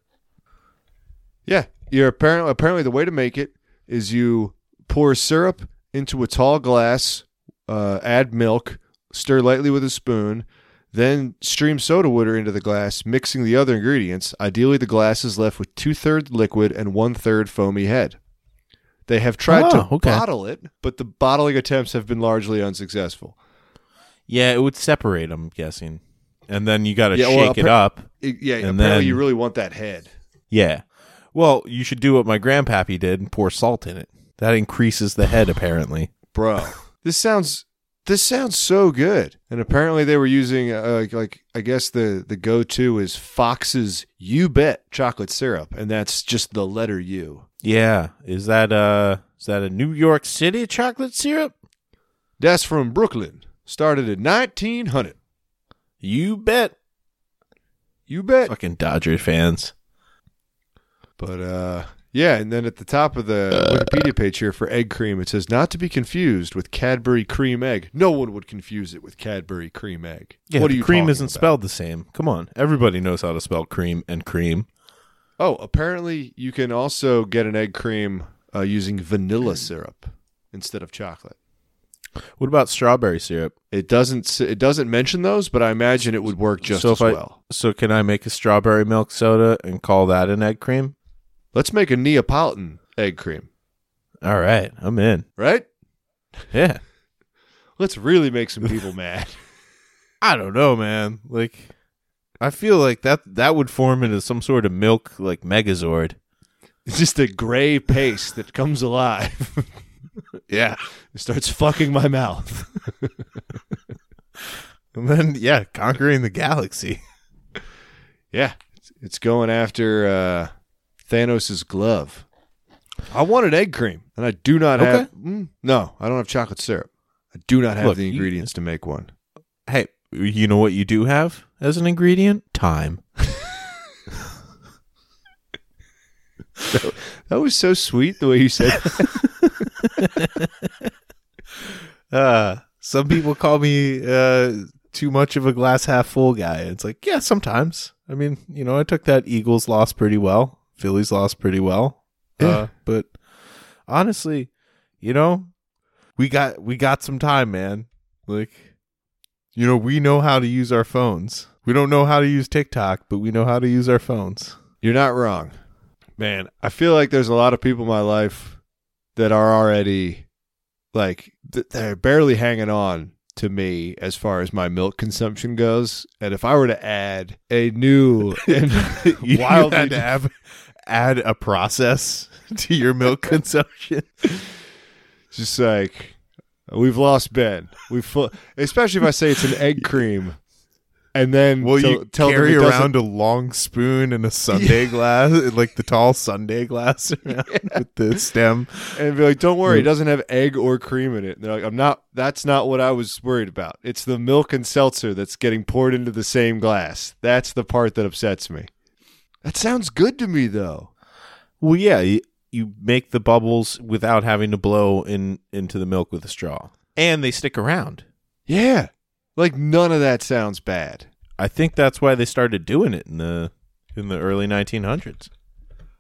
Yeah, you're apparently apparently the way to make it is you pour syrup into a tall glass, uh, add milk, stir lightly with a spoon, then stream soda water into the glass, mixing the other ingredients. Ideally, the glass is left with two thirds liquid and one third foamy head. They have tried to Oh, okay. bottle it, but the bottling attempts have been largely unsuccessful. Yeah, it would separate. I'm guessing. and then you got to Yeah, shake well, it appar- up. It- yeah, And apparently then- you really want that head. Yeah. Well, you should do what my grandpappy did and pour salt in it. That increases the head, apparently. Bro, this sounds this sounds so good. And apparently they were using uh, like I guess the the go-to is Fox's You Bet chocolate syrup and that's just the letter U. Yeah. Is that uh is that a New York City chocolate syrup? That's from Brooklyn. Started in 1900. You bet. You bet. Fucking Dodger fans. But uh yeah, and then at the top of the Wikipedia page here for egg cream, it says not to be confused with Cadbury cream egg. No one would confuse it with Cadbury cream egg. Yeah, what the are you cream talking isn't about? spelled the same. Come on. Everybody knows how to spell cream and cream. Oh, apparently you can also get an egg cream uh, using vanilla Hmm. syrup instead of chocolate. What about strawberry syrup? It doesn't s- it doesn't mention those, but I imagine it would work just So as if I- well. So can I make a strawberry milk soda and call that an egg cream? Let's make a Neapolitan egg cream, All right, I'm in. right? Yeah. Let's really make some people mad. I don't know, man. Like, I feel like that that would form into some sort of milk like Megazord. It's just a gray paste that comes alive. Yeah, It starts fucking my mouth. and then yeah, conquering the galaxy. Yeah, it's- it's going after uh, Thanos' glove. I want an egg cream, and I do not Okay. have. Mm, no, I don't have chocolate syrup. I do not have Look, the you- ingredients to make one. Hey, you know what you do have as an ingredient? Time. That was so sweet the way you said. Uh, some people call me uh too much of a glass half full guy. It's like yeah, sometimes. I mean, you know, I took that Eagles loss pretty well. Phillies lost pretty well. Yeah. Uh, but honestly, you know, we got we got some time, man. Like, you know, we know how to use our phones. We don't know how to use TikTok, but we know how to use our phones. You're not wrong, man. I feel like there's a lot of people in my life that are already like th- they're barely hanging on to me as far as my milk consumption goes. And if I were to add a new and You wildly had to have, add a process to your milk consumption. just like we've lost Ben. We've fu- especially if I say it's an egg cream, and then Well, tell, you tell them carry it doesn't- around a long spoon and a Sunday glass, like the tall Sunday glass around with the stem. and be like, "Don't Mm. worry, it doesn't have egg or cream in it." And they're like, "I'm not. That's not what I was worried about. It's the milk and seltzer that's getting poured into the same glass. That's the part that upsets me." That sounds good to me, though. Well, yeah, you, you make the bubbles without having to blow in into the milk with a straw, and they stick around. Yeah, like none of that sounds bad. I think that's why they started doing it in the in the early 1900s.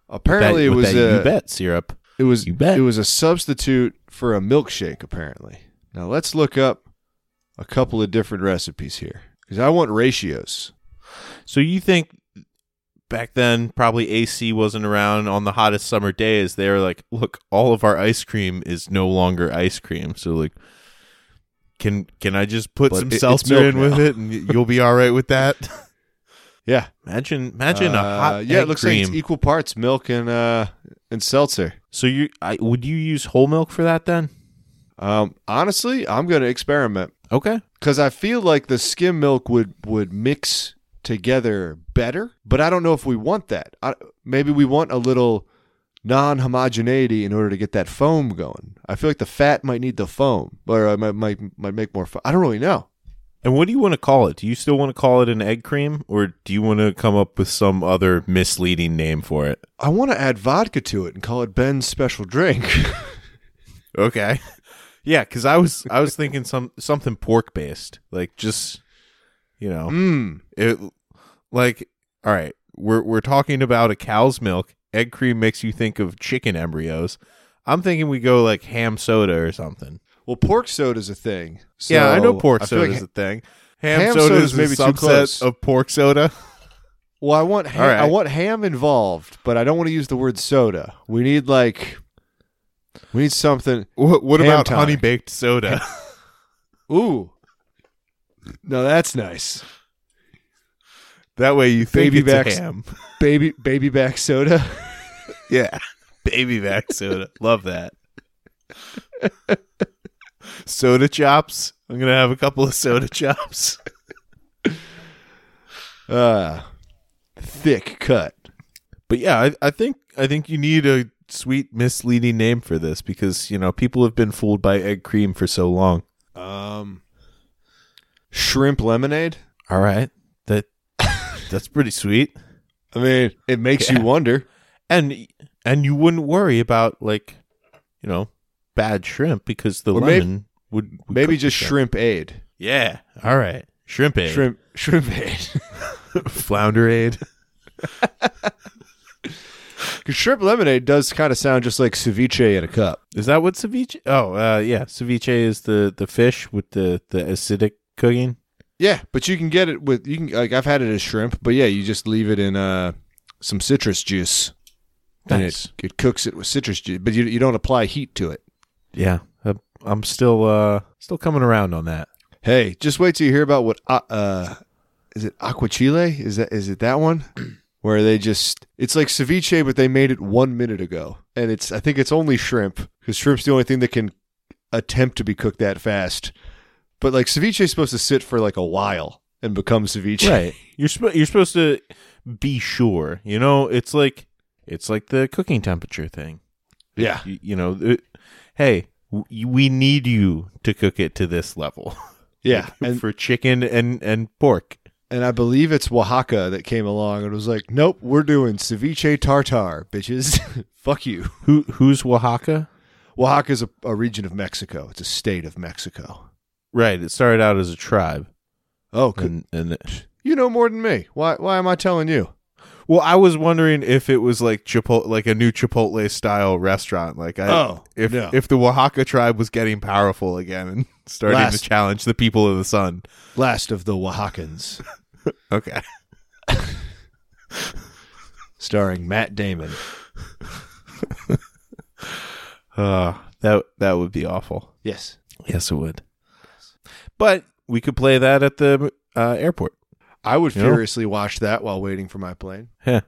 Apparently, That- it with was that you a bet syrup. it was You bet. it was a substitute for a milkshake. Apparently, now let's look up a couple of different recipes here because I want ratios. So you think back then probably AC wasn't around on the hottest summer days. They were like, look, all of our ice cream is no longer ice cream. So like can can I just put But some it- it's seltzer milk in with now. it and y- you'll be all right with that? Yeah, Imagine imagine a Uh, hot yeah. egg It looks cream. like it's e- equal parts milk and uh and seltzer. so you I would you use whole milk for that then? Um, honestly, I'm going to experiment Okay. because I feel like the skim milk would would mix together better, but I don't know if we want that. I, maybe we want a little non-homogeneity in order to get that foam going. I feel like the fat might need the foam, or I might might, might make more. Fo- I don't really know. And what do you want to call it? Do you still want to call it an egg cream or do you want to come up with some other misleading name for it? I want to add vodka to it and call it Ben's special drink. Okay. Yeah, because I was I was thinking some something pork based, like just you know Mmm. it, like all right, we're we're talking about a cow's milk. Egg cream makes you think of chicken embryos. I'm thinking we go like ham soda or something. Well, pork soda's a thing. So yeah, I know pork I feel soda like- is a thing. Ham, ham soda soda's is maybe maybe too a subset close. of pork soda. Well, I want ham, All right. I want ham involved, but I don't want to use the word soda. We need like we need something. What, what Ham about tonic. honey baked soda? Ooh, no, that's nice. That way you think Baby it's backs- ham. baby baby back soda. Yeah. Baby back soda. Love that. soda chops. I'm going to have a couple of soda chops. Uh, thick cut. But yeah, I, I think I think you need a sweet misleading name for this because, you know, people have been fooled by egg cream for so long. Um, shrimp lemonade. All right. That that's pretty sweet. I mean, it makes Yeah. you wonder. And and you wouldn't worry about like, you know, bad shrimp because the Or may- lemon would, would Maybe cook just the shrimp. shrimp aid. Yeah. All right. Shrimp aid. Shrimp shrimp aid. Flounder aid. Because shrimp lemonade does kind of sound just like ceviche in a cup. Is that what ceviche? Oh, uh, yeah. Ceviche is the, the fish with the, the acidic cooking. Yeah, but you can get it with you can like I've had it as shrimp, but yeah, you just leave it in uh some citrus juice. And Nice. it, it cooks it with citrus juice, but you you don't apply heat to it. Yeah. I, I'm still uh, still coming around on that. Hey, just wait till you hear about what uh, uh is it aquachile? Is that is it that one? Where they just it's like ceviche but they made it 1 minute ago. And it's I think it's only shrimp cuz shrimp's the only thing that can attempt to be cooked that fast. But like ceviche is supposed to sit for like a while and become ceviche. Right. You're sp- you're supposed to be sure. You know, it's like it's like the cooking temperature thing. Yeah. You, you know, it, hey, w- we need you to cook it to this level. Yeah. And for chicken and and pork. and I believe it's Oaxaca that came along and was like, "Nope, we're doing ceviche tartar, bitches. Fuck you." Who who's Oaxaca? Oaxaca is a, a region of Mexico. It's a state of Mexico. Right. It started out as a tribe, Oh, could, and and you know more than me. Why? Why am I telling you? well, I was wondering if it was like Chipotle, like a new Chipotle style restaurant. Like, I, Oh, if no. if the Oaxaca tribe was getting powerful again and starting Last- to challenge the people of the sun. Last of the Oaxacans, Okay. starring Matt Damon. Uh, that that would be awful. Yes, Yes, it would. But we could play that at the uh, airport. I would You know? furiously watch that while waiting for my plane. Yeah.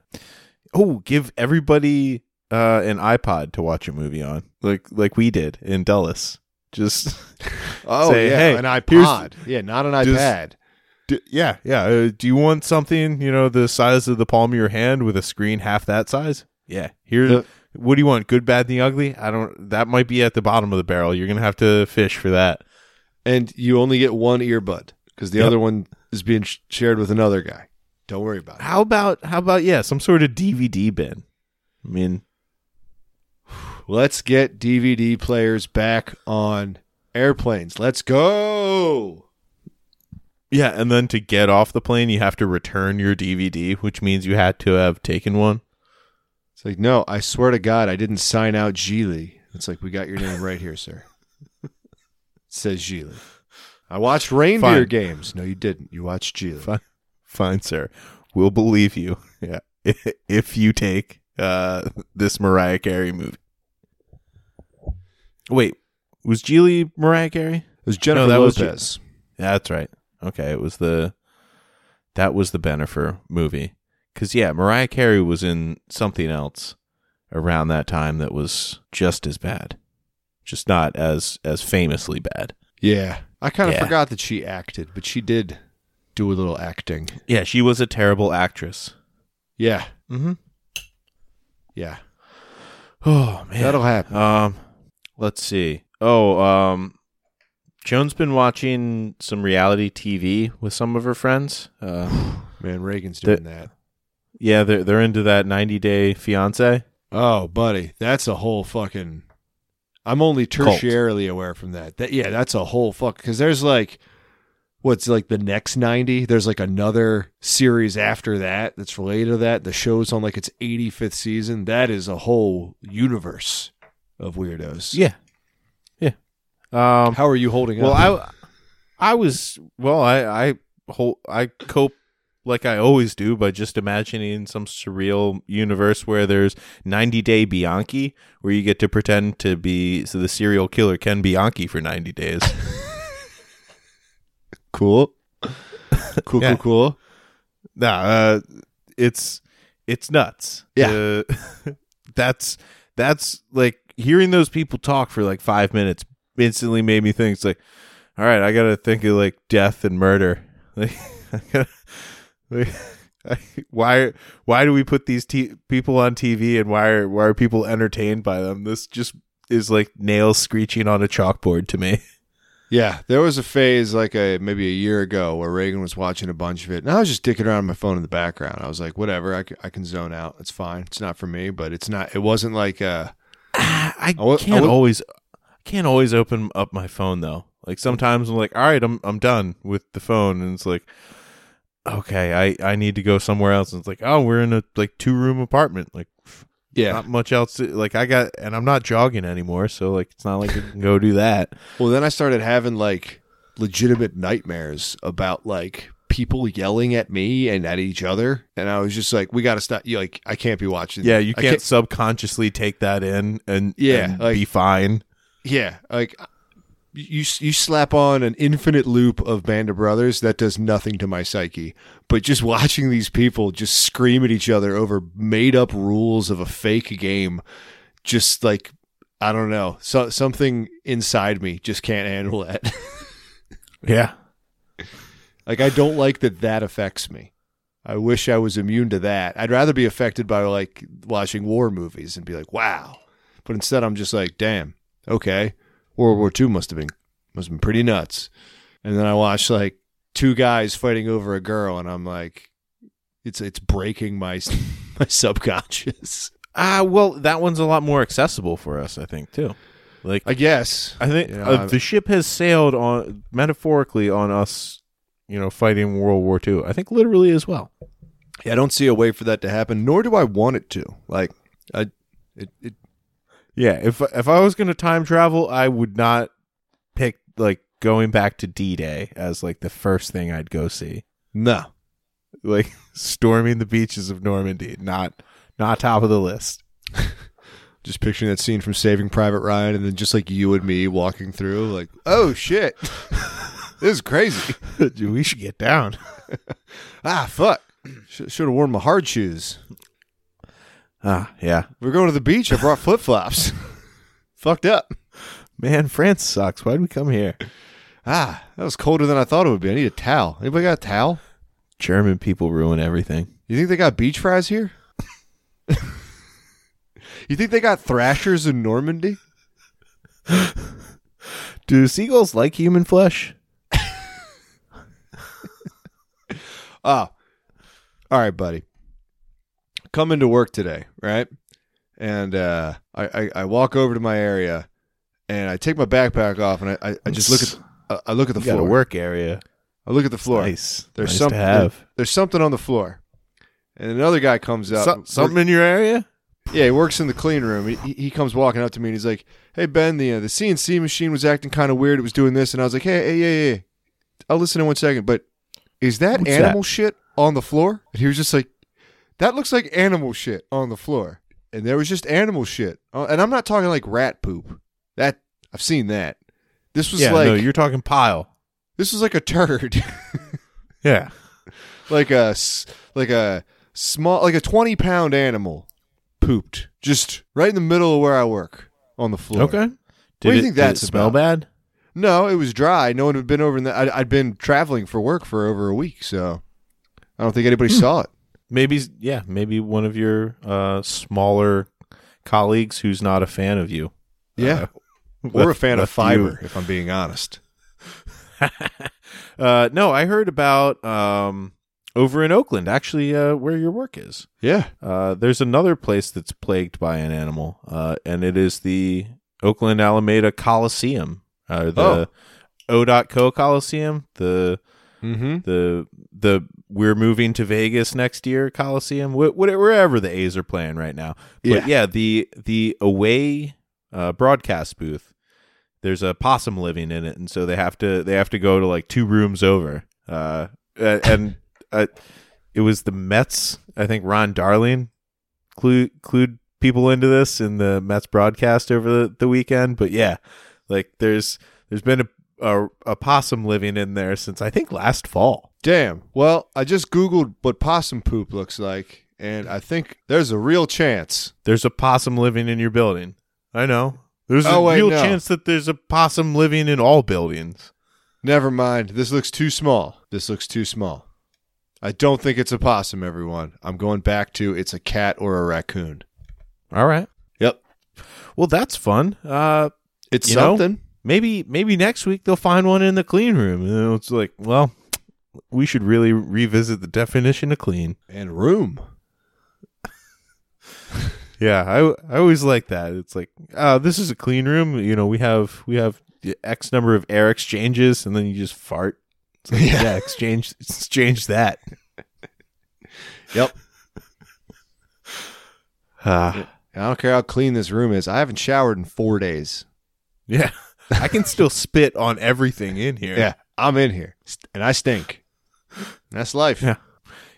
Oh, give everybody uh, an iPod to watch a movie on, like like we did in Dulles. Just Oh Say, yeah, "Hey, an here's- iPod. Yeah, not an Just- iPad. d- yeah, yeah. Uh, do you want something you know the size of the palm of your hand with a screen half that size? Yeah. Here, Yeah. what do you want? Good, bad, and the ugly? I don't. That might be at the bottom of the barrel. You're gonna have to fish for that. And you only get one earbud because the Yep. other one is being sh- shared with another guy. Don't worry about it. How about how about yeah, some sort of DVD bin? I mean, Let's get DVD players back on airplanes. Let's go. Yeah, and then to get off the plane, you have to return your DVD, which means you had to have taken one. It's like, no, I swear to God, I didn't sign out Geely. It's like, we got your name right here, sir. It says Geely. I watched reindeer Fine. games. No, you didn't. You watched Geely. Fine. Fine, sir. We'll believe you. Yeah. If you take uh, this Mariah Carey movie. Wait, was Geely Mariah Carey? It was Jennifer that was Lopez. Ge- That's right. Okay, it was the that was the Benefer movie. Cause yeah, Mariah Carey was in something else around that time that was just as bad. Just not as as famously bad. yeah. I kind of Yeah. forgot that she acted, but she did do a little acting. Yeah, she was a terrible actress. Yeah. Mm-hmm. Yeah. Oh man, That'll happen. um, let's see. Oh, um, Joan's been watching some reality TV with some of her friends. Uh, Man, Reagan's doing that. yeah, they're they're into that ninety day fiance. Oh, buddy, that's a whole fucking. I'm only Cult. tertiarily aware from that. That yeah, that's a whole fuck. Because there's like, what's like the next ninety? There's like another series after that that's related to that. The show's on like its 85th season. That is a whole universe of weirdos. Yeah, yeah. Um, How are you holding well, up? I I was well, I I whole I cope like I always do by just imagining some surreal universe where there's 90 Day Bianchi, where you get to pretend to be so the serial killer Ken Bianchi for 90 days. cool, cool, cool, Yeah. cool. Nah, uh, it's it's nuts. Yeah. Uh, that's that's like hearing those people talk for like five minutes instantly made me think. It's like, all right, I gotta think of like death and murder. Like, I gotta, like I- why why do we put these t- people on TV and why are why are people entertained by them? This just is like nails screeching on a chalkboard to me. Yeah, there was a phase like a maybe a year ago where Reagan was watching a bunch of it, and I was just dicking around on my phone in the background. I was like, whatever, I, c- I can zone out. It's fine. It's not for me, but it's not. It wasn't like uh, I, I wa- I can't wa- always I can't always open up my phone though. Like sometimes I'm like, all right, I'm I'm done with the phone, and it's like, okay, I I need to go somewhere else. And it's like, oh, we're in a like two room apartment, like yeah. not much else. To, like I got, and I'm not jogging anymore, so like it's not like I can go do that. Well, then I started having like legitimate nightmares about like people yelling at me and at each other, and I was just like, we got to stop. You like, I can't be watching. Yeah, you I can't, subconsciously take that in and Yeah, and like- be fine. Yeah, like you you slap on an infinite loop of Band of Brothers that does nothing to my psyche. But just watching these people just scream at each other over made up rules of a fake game, just like I don't know, so, something inside me just can't handle that. Yeah, like I don't like that that affects me. I wish I was immune to that. I'd rather be affected by like watching war movies and be like, "Wow," but instead I'm just like, "Damn, okay." World War II must have been must have been pretty nuts. And then I watch like two guys fighting over a girl, and I'm like, "It's it's breaking my my subconscious." ah, well, that one's a lot more accessible for us, I think, too. Like I guess. I think You know, uh, I- the ship has sailed on metaphorically on us, you know, fighting World War II. I think literally as well. Yeah, I don't see a way for that to happen, nor do I want it to. Like, I it, it Yeah, if if I was going to time travel, I would not pick like going back to D-Day as like the first thing I'd go see. no. Like storming the beaches of Normandy, not not top of the list. Just picturing that scene from Saving Private Ryan, and then just like you and me walking through, like, oh shit, this is crazy. Dude, we should get down. Ah, fuck, Sh- should have worn my hard shoes. Ah, yeah. We're going to the beach. I brought flip flops. Fucked up. Man, France sucks. Why'd we come here? Ah, that was colder than I thought it would be. I need a towel. Anybody got a towel? German people ruin everything. You think they got beach fries here? you think they got thrashers in Normandy? Do seagulls like human flesh? Oh, all right, buddy. Come into work today, right? And uh, I, I I walk over to my area, and I take my backpack off, and I, I, I just look at I- I look at the You got a floor. work area. I look at the floor. Nice. There's nice something to have. there's something on the floor, and another guy comes up. So- something in your area? Yeah, he works in the clean room. He, he- he comes walking up to me and he's like, "Hey Ben, the uh, the CNC machine was acting kind of weird. It was doing this," and I was like, "Hey, hey, yeah, yeah, I'll listen in one second, but is that What's animal shit on the floor?" And he was just like, "That looks like animal shit on the floor," and there was just animal shit, Uh, and I'm not talking like rat poop. That I've seen that. This was yeah, like no, you're talking pile. this was like a turd, Yeah. like a s- like a small like a 20 pound animal pooped just right in the middle of where I work on the floor. Okay. Did do you it, think did that's it smell about? bad? No, it was dry. No one had been over in the. I'd, I'd been traveling for work for over a week, so I don't think anybody saw it. Maybe yeah, maybe one of your uh, smaller colleagues who's not a fan of you. Yeah, Uh, we're a left- fan of left fiber, if I'm being honest. you. Uh, no, I heard about um, over in Oakland, actually uh, where your work is. Yeah, Uh, there's another place that's plagued by an animal, uh, and it is the Oakland Alameda Coliseum, or the O. Co. Coliseum, the mm-hmm. the the we're moving to Vegas next year Coliseum, wh- whatever, wherever the A's are playing right now. Yeah. But yeah, the the away uh, broadcast booth. There's a possum living in it, and so they have to they have to go to like two rooms over. Uh, a- and uh, it was the Mets. I think Ron Darling clued clued people into this in the Mets broadcast over the, the weekend. But yeah, like there's there's been a, a, a possum living in there since I think last fall. Damn. Well, I just Googled what possum poop looks like, and I think there's a real chance. There's a possum living in your building. I know. There's Oh, a wait, real no. chance that there's a possum living in all buildings. Never mind. This looks too small. This looks too small. I don't think it's a possum, everyone. I'm going back to it's a cat or a raccoon. All right. Yep. Well, that's fun. Uh, It's You know? something. maybe maybe next week they'll find one in the clean room. And it's like, well, we should really revisit the definition of clean. And room. Yeah, I I always like that. It's like, uh, this is a clean room. You know, we have we have X number of air exchanges, and then you just fart. It's like, yeah. Yeah. exchange exchange that. Yep. Ah, I don't care how clean this room is. I haven't showered in four days. yeah, I can still spit on everything in here. Yeah, I'm in here, St- and I stink. That's life. Yeah.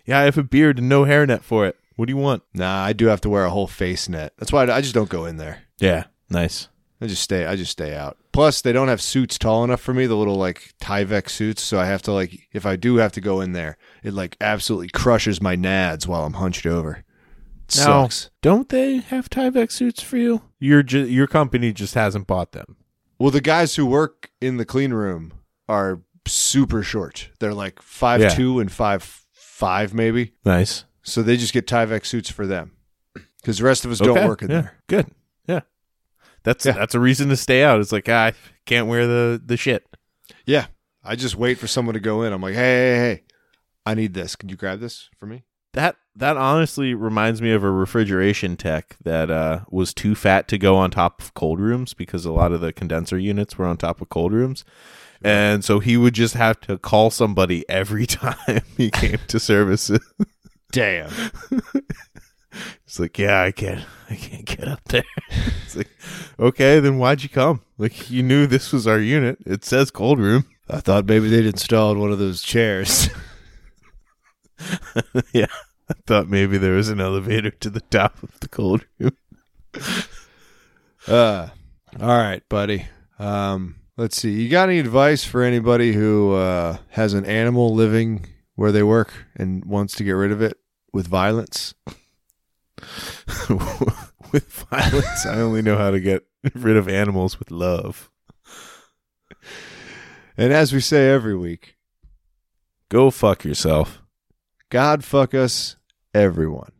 yeah. I have a beard and no hairnet for it. What do you want? Nah, I do have to wear a whole face net. That's why I I just don't go in there. Yeah, nice. I just stay. I just stay out. Plus, they don't have suits tall enough for me. The little like Tyvek suits. So I have to like, if I do have to go in there, it like absolutely crushes my nads while I'm hunched over. It No. Sucks. Don't they have Tyvek suits for you? Your ju- your company just hasn't bought them. Well, the guys who work in the clean room are super short. They're like five two and five five maybe. Nice. So they just get Tyvek suits for them. Because the rest of us don't work in yeah. there. Good. Yeah. That's Yeah. that's a reason to stay out. It's like ah, I can't wear the the shit. Yeah. I just wait for someone to go in. I'm like, hey, hey, hey, I need this. Can you grab this for me? That that honestly reminds me of a refrigeration tech that uh, was too fat to go on top of cold rooms because a lot of the condenser units were on top of cold rooms. And so he would just have to call somebody every time he came to services. Damn. It's like, yeah, I can't, I can't get up there. it's like, okay, then why'd you come? Like, you knew this was our unit. It says cold room. I thought maybe they'd installed one of those chairs. yeah, I thought maybe there was an elevator to the top of the cold room. uh, all right, buddy. Um, let's see. You got any advice for anybody who uh, has an animal living where they work and wants to get rid of it with violence? with violence, I only know how to get rid of animals with love. And as we say every week, Go fuck yourself. God fuck us, everyone.